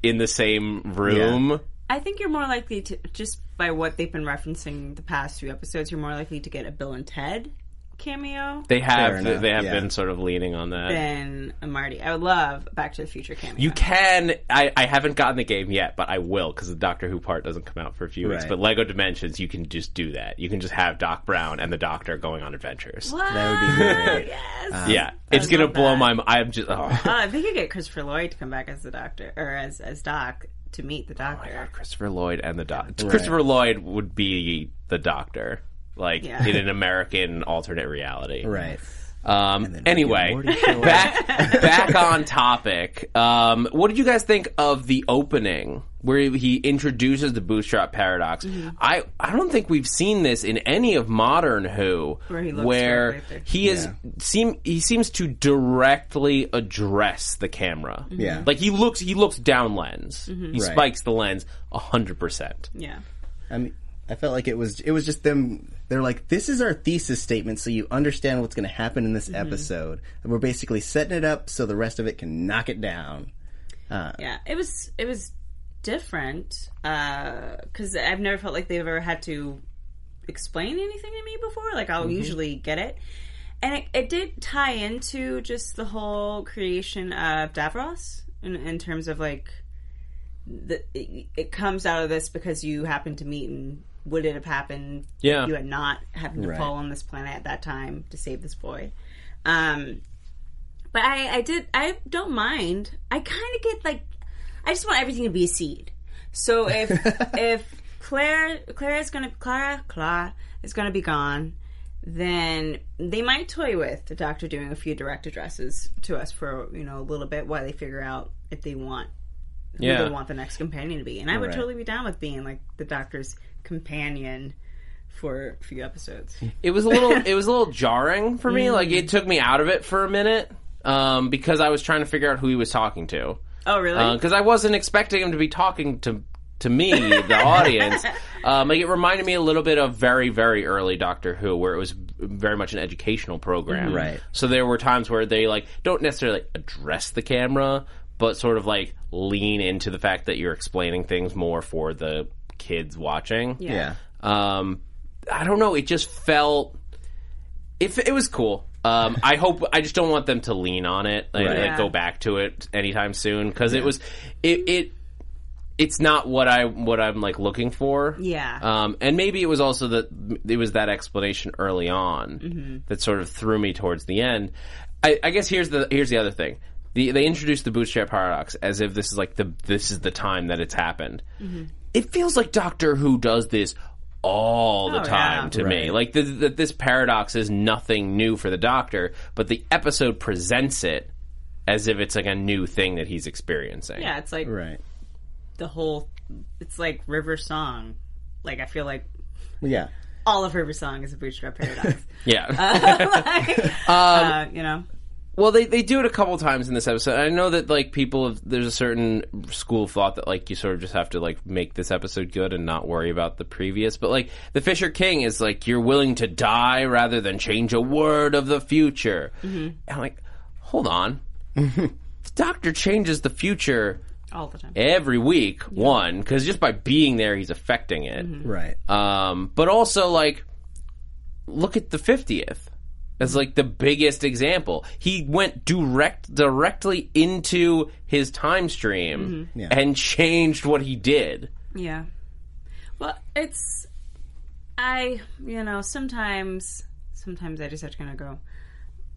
S2: in the same room.
S1: I think you're more likely to just by what they've been referencing the past few episodes. You're more likely to get a Bill and Ted cameo
S2: They
S3: Fair
S2: have
S3: enough,
S2: they have
S3: yeah.
S2: been sort of leaning on that.
S1: than a Marty. I would love a Back to the Future cameo.
S2: You can. I, I haven't gotten the game yet, but I will because the Doctor Who part doesn't come out for a few weeks.
S3: Right.
S2: But Lego Dimensions, you can just do that. You can just have Doc Brown and the Doctor going on adventures.
S1: Wow,
S3: That would be great. Um,
S1: yes.
S2: Yeah, it's
S1: I
S2: gonna
S1: love
S2: blow
S1: that.
S2: my. m- I'm just. Oh.
S1: Uh, if they could get Christopher Lloyd to come back as the Doctor or as as Doc to meet the Doctor.
S2: Christopher Lloyd and the Doctor. Christopher Lloyd would be the Doctor, like
S1: Yeah.
S2: in an American alternate reality.
S3: Right.
S2: Um,
S3: then
S2: anyway,
S3: Rick and Morty show up.
S2: back back on topic. Um, what did you guys think of the opening where he introduces the bootstrap paradox?
S1: Mm-hmm.
S2: I I don't think we've seen this in any of modern Who,
S1: Where he looks
S2: where
S1: directly at the-
S2: he is
S3: Yeah.
S2: seem he seems to directly address the camera.
S3: Mm-hmm. Yeah.
S2: like he looks he looks down lens.
S1: Mm-hmm.
S2: He
S3: Right.
S2: spikes the lens hundred percent.
S1: yeah.
S3: I mean, I felt like it was it was just them. They're like, this is our thesis statement, so you understand what's going to happen in this episode. And we're basically setting it up so the rest of it can knock it down.
S1: yeah it was it was different because i've never felt like they've ever had to explain anything to me before like i'll usually get it and it, it did tie into just the whole creation of davros in, in terms of like the, it, it comes out of this because you happened to meet and would it have happened
S2: Yeah.
S1: if you had not happened to
S3: Right.
S1: fall on this planet at that time to save this boy um but I, I did. I don't mind. I kind of get like, I just want everything to be a seed. So if if Claire Claire is gonna Clara Clara is gonna be gone, then they might toy with the doctor doing a few direct addresses to us for you know a little bit while they figure out if they want who
S2: Yeah.
S1: they want the next companion to be. And I would
S3: Right.
S1: totally be down with being like the doctor's companion for a few episodes.
S2: it was a little it was a little jarring for
S1: Mm-hmm.
S2: me like it took me out of it for a minute um, because i was trying to figure out who he was talking to
S1: Oh really?
S3: Uh,
S2: because Uh, i wasn't expecting him to be talking to to me the audience um, like it reminded me a little bit of very very early doctor who where it was very much an educational program
S3: Mm-hmm. Right.
S2: so there were times where they like don't necessarily address the camera but sort of like lean into the fact that you're explaining things more for the kids watching
S3: Yeah.
S2: um, I don't know. It just felt. If it was cool. Um, I hope. I just don't want them to lean on it and
S3: Right.
S2: like,
S1: Yeah.
S2: go back to it anytime soon because it was. It, it. It's not what I what I'm like looking for.
S1: Yeah.
S2: Um, and maybe it was also that it was that explanation early on
S1: Mm-hmm.
S2: that sort of threw me towards the end. I, I guess here's the here's the other thing. The, they introduced the bootstrap paradox as if this is like the this is the time that it's happened. It feels like Doctor Who does this all the
S1: Oh,
S2: time
S1: yeah.
S2: to me. Like th that this paradox is nothing new for the Doctor, but the episode presents it as if it's like a new thing that he's experiencing.
S1: yeah, it's like
S3: Right.
S1: the whole it's like river song like i feel like
S3: Yeah.
S1: all of river song is a bootstrap paradox
S2: Yeah.
S1: like,
S3: Um,
S1: uh, you know
S2: Well, they, they do it a couple times in this episode. I know that like people have, there's a certain school of thought that like you sort of just have to like make this episode good and not worry about the previous. But like the Fisher King is like you're willing to die rather than change a word of the future. And I'm like, hold on, the Doctor changes the future
S1: all the
S3: eh.
S1: time
S2: every week. One, because just by being there, he's affecting it.
S3: Right.
S2: Um, but also like, look at the fiftieth. That's like the biggest example. He went direct directly into his time stream
S1: Mm-hmm.
S3: Yeah.
S2: and changed what he did.
S1: yeah well it's i you know sometimes sometimes i just have to kind of go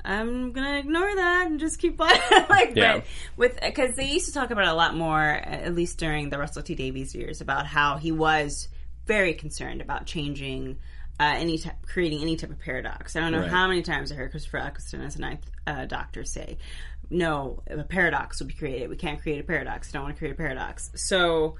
S1: i'm gonna ignore that and just keep on like
S2: Yeah.
S1: but with because they used to talk about it a lot more at least during the russell t davies years about how he was very concerned about changing uh, any type, creating any type of paradox. I don't know how many times I heard Christopher Eccleston as a ninth uh, doctor say, "No, a paradox will be created. We can't create a paradox. I don't want to create a paradox." So,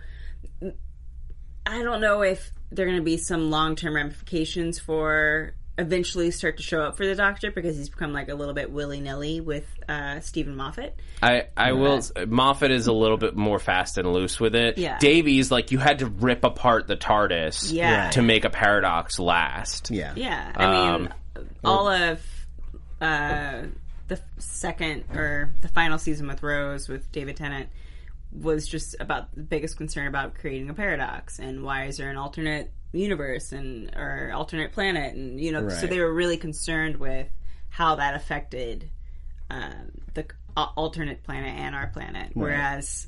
S1: I don't know if there are going to be some long term ramifications for eventually start to show up for the Doctor because he's become like a little bit willy nilly with uh, Stephen Moffat.
S2: I, I will. s- Moffat is a little bit more fast and loose with it.
S1: Yeah.
S2: Davies, like, you had to rip apart the TARDIS
S1: Yeah.
S2: to make a paradox last.
S3: Yeah.
S1: Yeah, I mean, all of uh, the second or the final season with Rose with David Tennant was just about the biggest concern about creating a paradox and why is there an alternate universe and or alternate planet and you know so
S3: Right.
S1: they were really concerned with how that affected uh, the uh, alternate planet and our planet whereas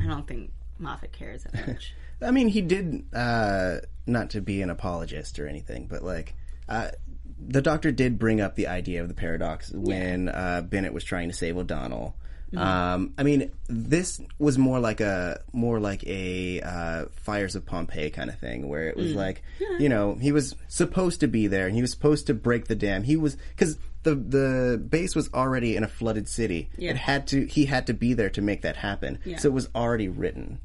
S1: I don't think Moffat cares that much.
S3: I mean, he did uh, not to be an apologist or anything, but like uh, the Doctor did bring up the idea of the paradox when uh, Bennett was trying to save O'Donnell. Um, I mean, this was more like a more like a uh, Fires of Pompeii kind of thing, where it was like, you know, he was supposed to be there and he was supposed to break the dam. He was because the the base was already in a flooded city. It had to he had to be there to make that happen. So it was already written.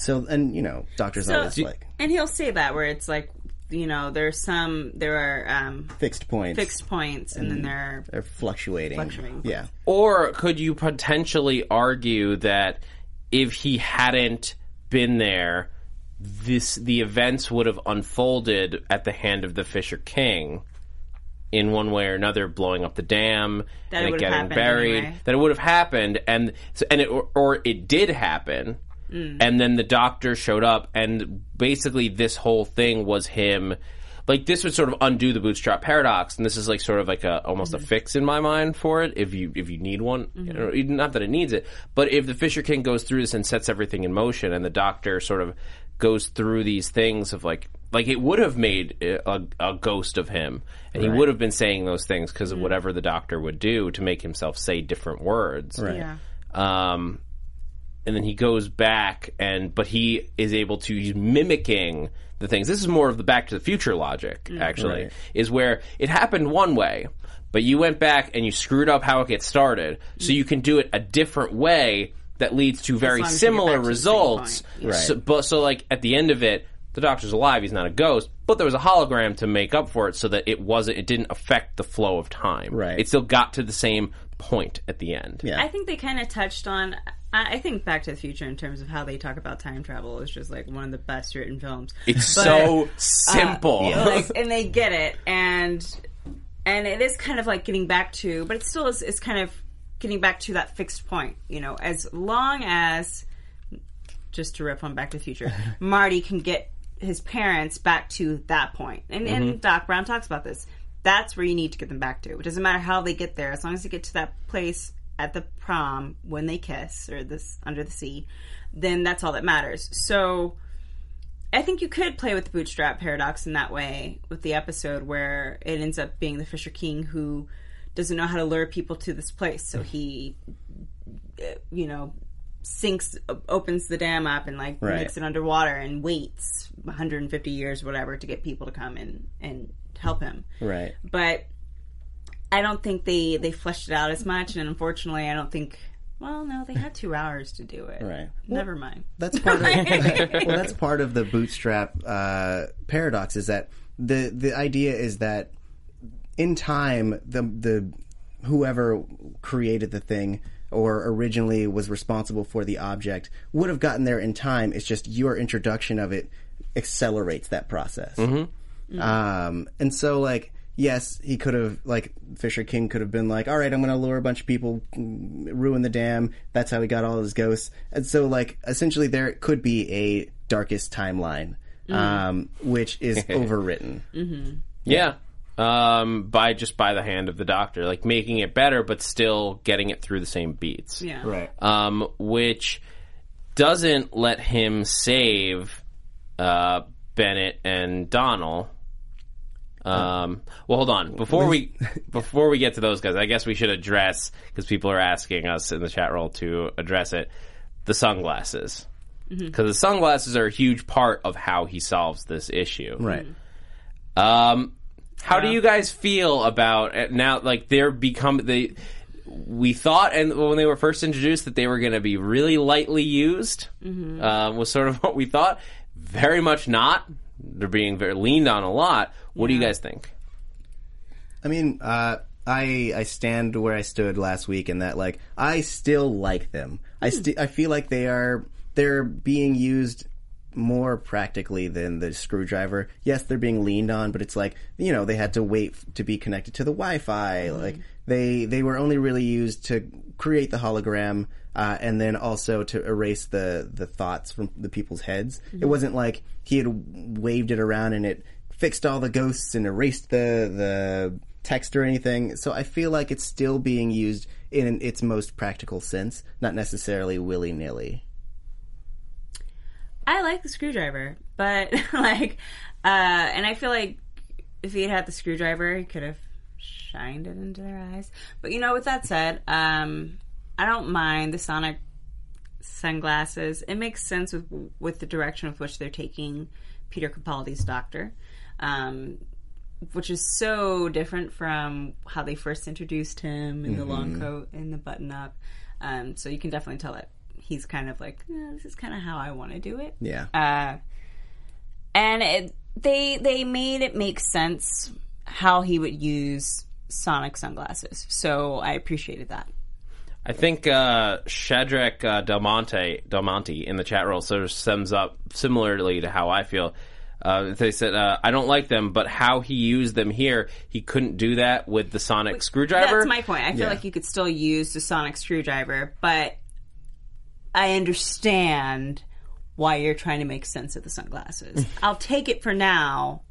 S3: So and you know, doctors always like
S1: and he'll say that where it's like you know there's some there are um,
S3: fixed points.
S1: fixed points and
S2: Mm.
S1: then there are
S3: They're fluctuating.
S1: Fluctuating.
S3: Yeah.
S2: Or could you potentially argue that if he hadn't been there, this the events would have unfolded at the hand of the Fisher King in one way or another, blowing up the dam
S1: That it
S2: and it
S1: would have
S2: getting
S1: happened
S2: buried.
S1: anyway.
S2: That it would have happened, and so- and it or, or it did happen.
S1: Mm.
S2: And then the doctor showed up, and basically this whole thing was him. Like this would sort of undo the bootstrap paradox, and this is like sort of like a almost
S1: Mm-hmm.
S2: a fix in my mind for it. If you if you need one, You know, not that it needs it, but if the Fisher King goes through this and sets everything in motion, and the Doctor sort of goes through these things of like like it would have made a, a ghost of him, and he would have been saying those things because of whatever the Doctor would do to make himself say different words. Right
S1: yeah
S2: um, and then he goes back and but he is able to he's mimicking the things this is more of the back to the future logic
S1: Mm-hmm.
S2: actually is where it happened one way but you went back and you screwed up how it gets started so you can do it a different way that leads to very
S1: long Mm-hmm. as you get
S2: similar
S1: back to the same
S2: results
S1: point.
S3: Right.
S2: so, but so like at the end of it the doctor's alive he's not a ghost but there was a hologram to make up for it so that it wasn't it didn't affect the flow of time
S3: Right.
S2: it still got to the same point at the end yeah
S1: i think they kind of touched on I, I think back to the future in terms of how they talk about time travel is just like one of the best written films
S2: It's
S1: But, uh,
S2: so simple.
S1: like, and they get it and and it is kind of like getting back to but it still is it's kind of getting back to that fixed point you know as long as just to rip on back to the future marty can get his parents back to that point and and doc brown talks about this that's where you need to get them back to it doesn't matter how they get there as long as they get to that place at the prom when they kiss or this under the sea then that's all that matters so I think you could play with the bootstrap paradox in that way with the episode where it ends up being the Fisher King who doesn't know how to lure people to this place, so he, uh, you know, sinks, op- opens the dam up, and like
S3: Right.
S1: makes it underwater and waits 150 years, whatever, to get people to come and and help him.
S3: Right.
S1: But I don't think they they fleshed it out as much, and unfortunately, I don't think. Well, no, they had two hours to do it.
S3: Right.
S1: Never mind.
S3: That's part of well, that's part of the bootstrap uh, paradox is that the the idea is that in time the the whoever created the thing or originally was responsible for the object would have gotten there in time. It's just your introduction of it accelerates that process. Um, and so like. Yes, he could have like Fisher King could have been like, "All right, I'm going to lure a bunch of people, mm, ruin the dam. That's how he got all his ghosts." And so, like, essentially, there could be a darkest timeline, um, which is overwritten.
S2: Yeah. Um, by just by the hand of the doctor, like making it better, but still getting it through the same beats.
S1: Yeah.
S2: Um, which doesn't let him save uh, Bennett and Donald. Um, well, hold on before we before we get to those guys. I guess we should address because people are asking us in the chat roll to address it. The sunglasses, because the sunglasses are a huge part of how he solves this issue.
S3: Right.
S2: Um, how do you guys feel about uh, now? Like they're become they. We thought, and when they were first introduced, that they were going to be really lightly used.
S1: Mm-hmm.
S2: Uh, was sort of what we thought. Very much not. They're being very leaned on a lot. What do you guys think?
S3: I mean, uh, I I stand where I stood last week in that like I still like them. I sti- I feel like they are they're being used more practically than the screwdriver. Yes, they're being leaned on, but it's like you know they had to wait f- to be connected to the Wi-Fi. Like they they were only really used to create the hologram uh, and then also to erase the the thoughts from the people's heads. It wasn't like he had waved it around and it fixed all the ghosts and erased the the text or anything. So I feel like it's still being used in its most practical sense, not necessarily willy nilly.
S1: I like the screwdriver, but like, uh, and I feel like if he had had the screwdriver, he could have shined it into their eyes. But you know, with that said, um, I don't mind the Sonic sunglasses. It makes sense with with the direction with which they're taking Peter Capaldi's Doctor, um, which is so different from how they first introduced him in the long coat and the button up. Um, so you can definitely tell that he's kind of like, "Eh, this is kind of how I want to do it
S3: Yeah.
S1: and it, they they made it make sense how he would use sonic sunglasses so i appreciated that
S2: I think uh, Shadrach uh, Del Monte Del Monte in the chat roll sort of sums up similarly to how I feel. Uh, they said, uh, "I don't like them, but how he used them here, he couldn't do that with the sonic screwdriver."
S1: that's my point i feel like you could still use the sonic screwdriver but i understand why you're trying to make sense of the sunglasses i'll take it for now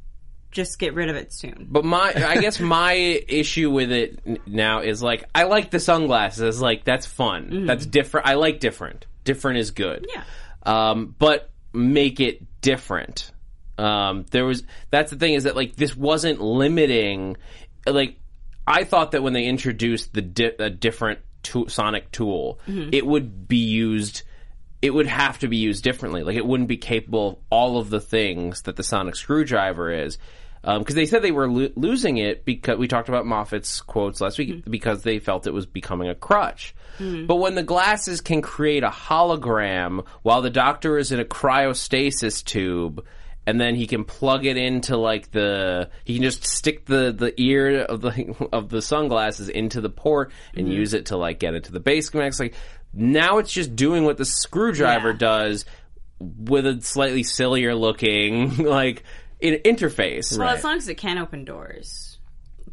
S1: just get rid of it soon
S2: But my, I guess my issue with it n- now is like, I like the sunglasses. Like that's fun. That's different. I like different. Different is good.
S1: Yeah.
S2: Um, but make it different. Um, there was that's the thing is that like this wasn't limiting. Like I thought that when they introduced the di- a different to- Sonic tool, it would be used it would have to be used differently. Like it wouldn't be capable of all of the things that the sonic screwdriver is. Because they said they were lo- losing it because we talked about Moffat's quotes last week because they felt it was becoming a crutch. But when the glasses can create a hologram while the doctor is in a cryostasis tube, and then he can plug it into like the he can just stick the the ear of the of the sunglasses into the port and use it to like get into the base connects like now it's just doing what the screwdriver
S1: Yeah.
S2: does with a slightly sillier looking like in- interface
S1: well as long as it can open doors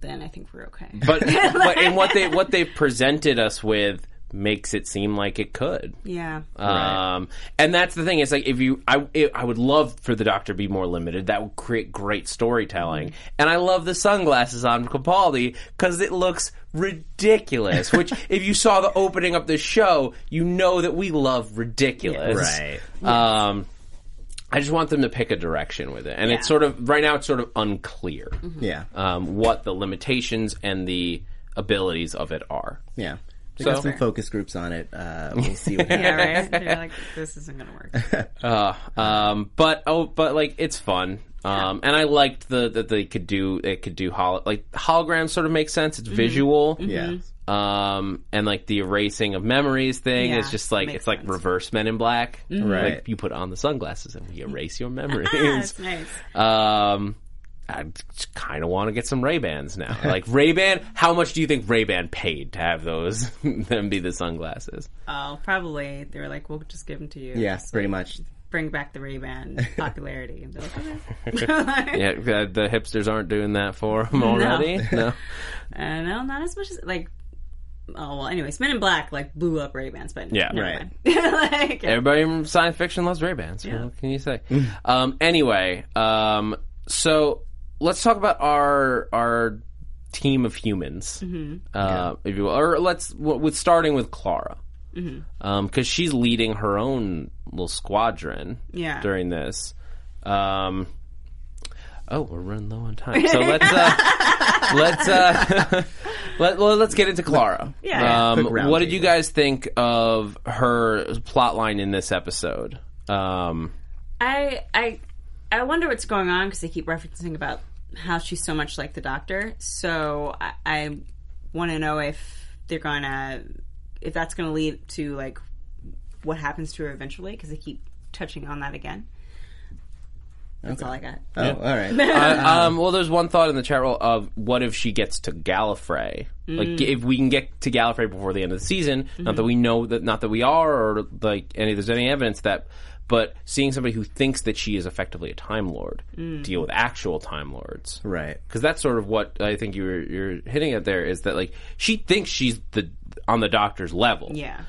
S1: then i think we're okay
S2: but but and what they what they presented us with makes it seem like it could
S1: yeah
S2: Um, and that's the thing. It's like if you, I, it, I would love for the Doctor to be more limited. That would create great storytelling. And I love the sunglasses on Capaldi because it looks ridiculous. which, if you saw the opening of the show, you know that we love ridiculous.
S3: Right.
S2: Um, I just want them to pick a direction with it, and it's sort of right now. It's sort of unclear
S3: Yeah.
S2: um, what the limitations and the abilities of it are.
S3: yeah. They got some focus groups on it. Uh, we'll see what happens.
S1: yeah right You're like this isn't gonna work
S2: Um, but oh, but like it's fun. Um, and I liked the that they could do it could do hol- like holograms sort of makes sense.
S1: Mm-hmm.
S2: It's visual.
S3: Yeah.
S2: Um, and like the erasing of memories thing is
S1: Yeah,
S2: just like
S1: makes
S2: it's like
S1: sense. Mm-hmm.
S2: reverse Men in Black.
S3: Right.
S2: Like you put on the sunglasses and we erase your memories.
S1: that's nice
S2: Um, I kind of want to get some Ray Bans now. Like Ray Ban, how much do you think Ray Ban paid to have those them be the sunglasses?
S1: oh probably they were like we'll just give them to you
S3: Yeah, pretty much.
S1: bring back the Ray-Ban popularity. And be like, okay.
S2: Yeah, uh, the hipsters aren't doing that for them already. no.
S1: Uh, no, not as much as like. Oh well. Anyways, Men in Black like blew up Ray-Bans, but
S2: Yeah.
S1: never
S3: Right.
S1: mind. like,
S2: Everybody from science fiction loves Ray Bans. What can you say? um, anyway, um, so let's talk about our our team of humans, uh, if you will. or let's w- with starting with Clara, because she's leading her own little squadron.
S1: Yeah.
S2: during this. Um, oh, we're running low on time, so let's uh, let's uh, let well, let's get into Clara.
S1: Yeah.
S2: Um,
S3: Quick round
S2: what did you
S3: table.
S2: guys think of her plot line in this episode? Um,
S1: I I I wonder what's going on because they keep referencing about how she's so much like the Doctor. So I, I want to know if they're gonna if that's gonna lead to like what happens to her eventually because they keep touching on that again. That's all I got.
S3: Oh, all right.
S1: Uh-huh.
S2: I- um, well, there's one thought in the chat roll of what if she gets to Gallifrey?
S1: Mm.
S2: Like, if we can get to Gallifrey before the end of the season, not
S1: Mm-hmm.
S2: that we know that, not that we are, or like any there's any evidence that, but seeing somebody who thinks that she is effectively a Time Lord
S1: Mm.
S2: deal with actual Time Lords,
S3: Right.
S2: Because that's sort of what I think you're you're hitting at there is that like she thinks she's the on the Doctor's level.
S1: Yeah. Mm.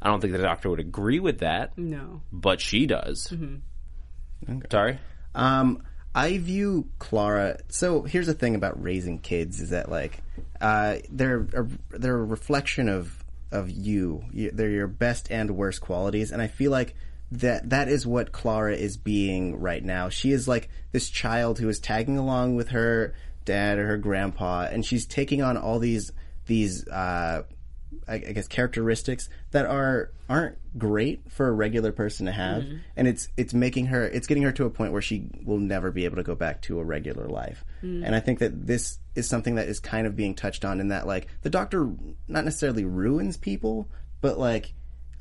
S2: I don't think the Doctor would agree with that,
S1: No.
S2: but she does.
S1: Mm-hmm.
S2: Sorry.
S3: Um, I view Clara. So here's the thing about raising kids is that like, uh, they're a, they're a reflection of of you. You- They're your best and worst qualities, and I feel like that that is what Clara is being right now. She is like this child who is tagging along with her dad or her grandpa, and she's taking on all these these uh I, I guess characteristics that are aren't great for a regular person to have, and it's it's making her it's getting her to a point where she will never be able to go back to a regular life. And I think that this is something that is kind of being touched on in that like the doctor not necessarily ruins people, but like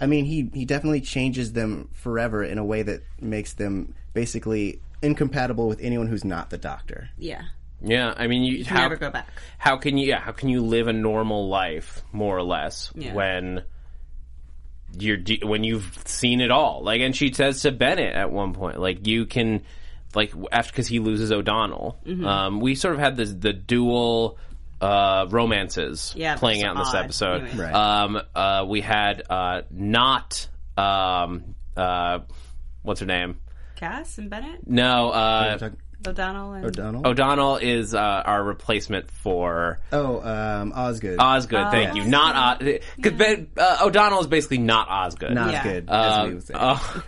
S3: I mean he he definitely changes them forever in a way that makes them basically incompatible with anyone who's not the doctor.
S1: Yeah.
S2: Yeah, I mean, you,
S1: can
S2: how,
S1: never go back.
S2: How can you? Yeah, how can you live a normal life more or less
S1: Yeah.
S2: when you're de- when you've seen it all? Like, and she says to Bennett at one point, like, you can, like, after because he loses O'Donnell,
S1: Mm-hmm.
S2: um, we sort of had this the dual. Uh, romances
S1: Yeah,
S2: playing
S1: that's
S2: out in this
S1: odd.
S2: episode.
S1: Anyway.
S3: Right.
S2: Um, uh, we had uh, not um, uh, what's her name?
S1: Cass and Bennett?
S2: No, uh,
S1: O'Donnell and
S3: Donald?
S2: O'Donnell is uh, our replacement for
S3: Oh, um, Osgood.
S2: Osgood, thank you. Not because ben, uh, O'Donnell is basically not Osgood.
S3: Not
S1: Yeah.
S3: Osgood. as we
S2: Um,
S3: would say.
S2: oh,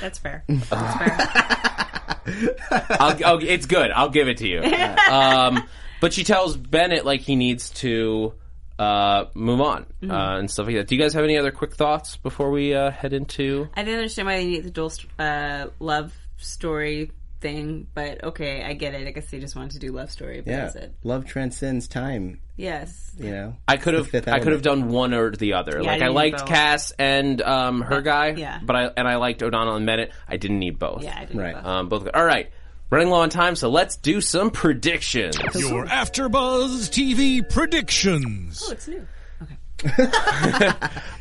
S1: That's fair. That's fair.
S2: I'll, I'll- it's good. I'll give it to you. um, but she tells Bennett like he needs to uh, move on
S3: Mm-hmm.
S2: uh, and stuff like that. Do you guys have any other quick thoughts before we uh, head into?
S1: I didn't understand why they need the dual st- uh, love story thing, but okay, I get it. I guess they just wanted to do love story, but
S3: yeah,
S1: that's it.
S3: love transcends time.
S1: Yes.
S3: You know,
S2: I could
S3: the
S2: have
S3: fifth
S2: I could have done
S3: element.
S2: one or the
S1: Yeah, I
S2: other. like I,
S1: didn't need
S2: liked
S1: both. Uh,
S2: Cass and um, her guy,
S1: yeah.
S2: but I and I liked O'Donnell and Bennett. I didn't need both.
S1: Yeah, I didn't
S3: Right.
S1: know that.
S2: Um, both. good. All right, running low on time, so let's do some predictions.
S5: Your AfterBuzz TV predictions.
S1: Oh, it's new. Okay.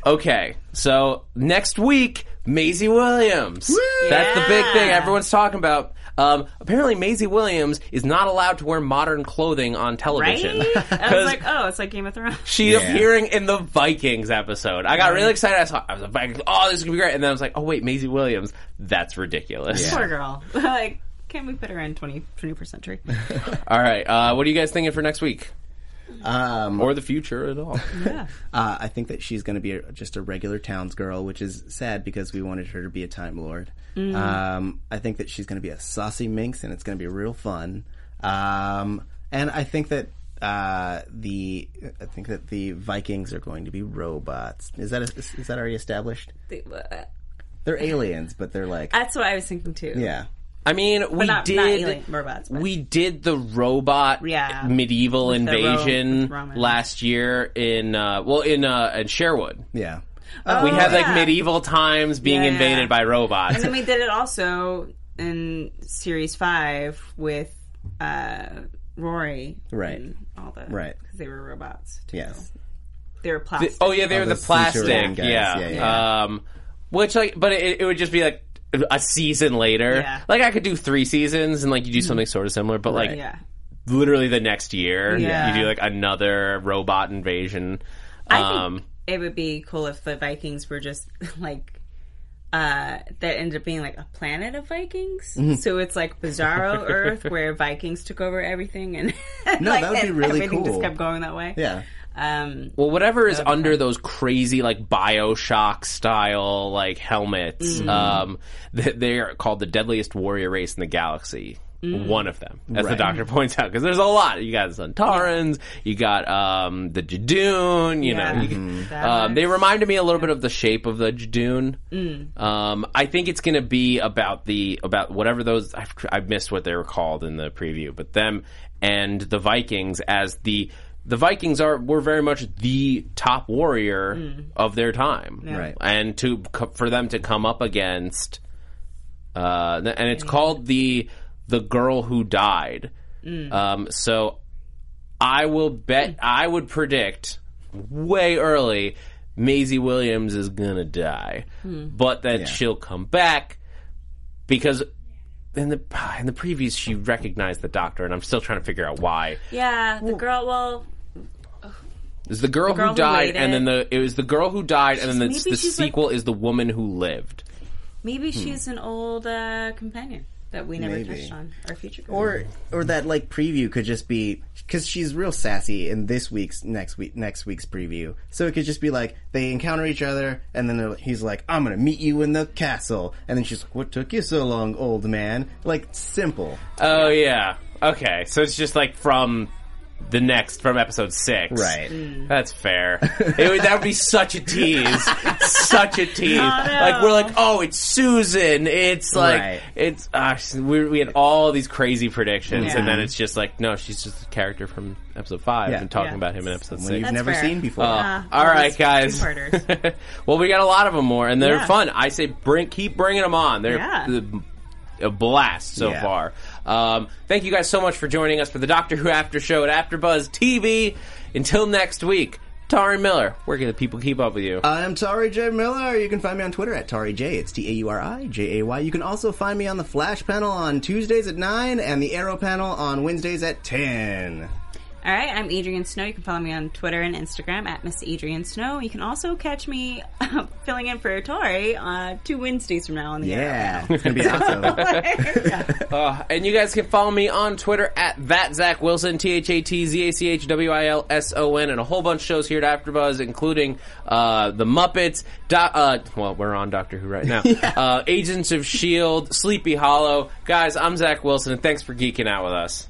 S2: Okay, so next week, Maisie Williams. That's the big thing everyone's talking about. Um, apparently, Maisie Williams is not allowed to wear modern clothing on television.
S1: Right? I was
S2: 'Cause
S1: like, oh, it's like Game of Thrones.
S2: She's appearing in the Vikings episode. I got really excited. I saw I was like, Vikings. Oh, this is gonna be great. And then I was like, oh wait, Maisie Williams. That's ridiculous.
S1: Poor girl. like, can we put her in 20, 21st century?
S2: All right, uh, what are you guys thinking for next week
S3: Um,
S2: or the future at all?
S1: yeah.
S3: uh, I think that she's going to be a, just a regular townsgirl, which is sad because we wanted her to be a time lord.
S2: Mm.
S3: Um, I think that she's going to be a saucy minx, and it's going to be real fun. Um, and I think that uh, the I think that the Vikings are going to be robots. Is that is that already established? They're aliens, but they're like
S1: That's what I was thinking too.
S3: yeah.
S2: I mean, we
S1: not- not
S2: did
S1: alien robots, but-
S2: We did the robot
S1: Yeah.
S2: medieval
S1: With the ro-
S2: invasion
S1: with Roman.
S2: last year in uh, well in uh, in Sherwood.
S3: Yeah.
S2: we had like
S1: Oh, yeah.
S2: medieval times being
S1: Yeah.
S2: invaded by robots.
S1: And then we did it also in series five with uh, Rory.
S3: Right.
S1: And all the
S3: Right.
S1: because they were robots. Too.
S3: Yes.
S1: They were plastic.
S2: oh yeah, they were the
S3: the Caesar
S2: plastic.
S3: guys.
S2: Yeah.
S3: Yeah, yeah.
S2: Um, which like, but it, it would just be like a season later.
S1: Yeah. Mm-hmm.
S2: Like I could do three seasons and like you do something sort of similar, but like
S1: Yeah.
S2: literally the next year
S1: Yeah.
S2: you do like another robot invasion. Um,
S1: It would be cool if the Vikings were just like. Uh, that ended up being like a planet of Vikings,
S3: Mm-hmm.
S1: so it's like Bizarro Earth where Vikings took over everything, and
S3: No,
S1: like,
S3: that would be
S1: and
S3: really
S1: everything just
S3: cool.
S1: kept going that way.
S3: Yeah.
S1: Um,
S2: Well, whatever is under those crazy like Bioshock style like helmets, um, th- they are called the deadliest warrior race in the galaxy. One of them, as the
S3: Right.
S2: doctor points out, because there's a lot. You got Suntarans, you got um, the Jadoon. You know,
S1: Yeah.
S2: you-
S1: That
S2: um, they
S1: works.
S2: reminded me a little bit of the shape of the Jadoon. Um, I think it's going to be about the about whatever those I've, I've missed what they were called in the preview, but them and the Vikings as the the Vikings are were very much the top warrior of their time,
S3: Right.
S2: And to co- for them to come up against, uh, and it's called the the girl who died. Um, so I will bet I would predict way early Maisie Williams is gonna die,
S1: Hmm.
S2: but that she'll come back because in the in the previews she recognized the doctor, and I'm still trying to figure out why.
S1: Yeah, the girl. Well,
S2: It was the girl,
S1: girl
S2: who
S1: who
S2: died,
S1: waited.
S2: and then the it was the girl who died, and then the,
S1: She's-
S2: the
S1: maybe she's like-
S2: sequel is the woman who lived.
S1: maybe
S2: Hmm.
S1: she's an old uh, companion that we never
S3: Maybe.
S1: touched on, our future.
S3: or or that like preview could just be because she's real sassy in this week's next week next week's preview. So it could just be like they encounter each other, and then they're- he's like, "I'm gonna meet you in the castle," and then she's like, "What took you so long, old man?" Like simple,
S2: Oh yeah. Okay. So it's just like from the next from episode six.
S3: Right.
S2: That's fair. It would, that would be such a tease. such a tease. Like we're like, oh, it's Susan. It's like
S3: Right.
S2: it's uh, we, we had all these crazy predictions, and
S1: Yeah.
S2: then it's just like, no, she's just a character from episode five
S3: Yeah.
S2: and talking
S1: Yeah.
S2: about him in episode
S3: when
S2: six.
S3: you've never
S1: fair.
S3: seen before.
S2: Uh, all right, guys. well, we got a lot of them more, and they're
S1: Yeah.
S2: fun. I say bring, keep bringing them on. They're
S1: Yeah.
S2: the- a blast so
S3: Yeah.
S2: far. Um, thank you guys so much for joining us for the Doctor Who After Show at AfterBuzz TV. Until next week, Tari Miller. Where can the people keep up with you?
S3: I'm Tari J. Miller. You can find me on Twitter at Tari J. It's T A U R I J A Y. You can also find me on the Flash panel on Tuesdays at 9 and the Arrow panel on Wednesdays at 10.
S1: All right, I'm Adrian Snow. You can follow me on Twitter and Instagram at Miss Adrian Snow. You can also catch me filling in for Tori uh, two Wednesdays from now on the
S3: Yeah, it's going to be awesome.
S2: Uh, and you guys can follow me on Twitter at that Zach Wilson, T H A T Z A C H W I L S O N, and a whole bunch of shows here at AfterBuzz, including uh, the Muppets. Do- uh, well, we're on Doctor Who right now. uh, Agents of Shield, Sleepy Hollow. Guys, I'm Zach Wilson, and thanks for geeking out with us.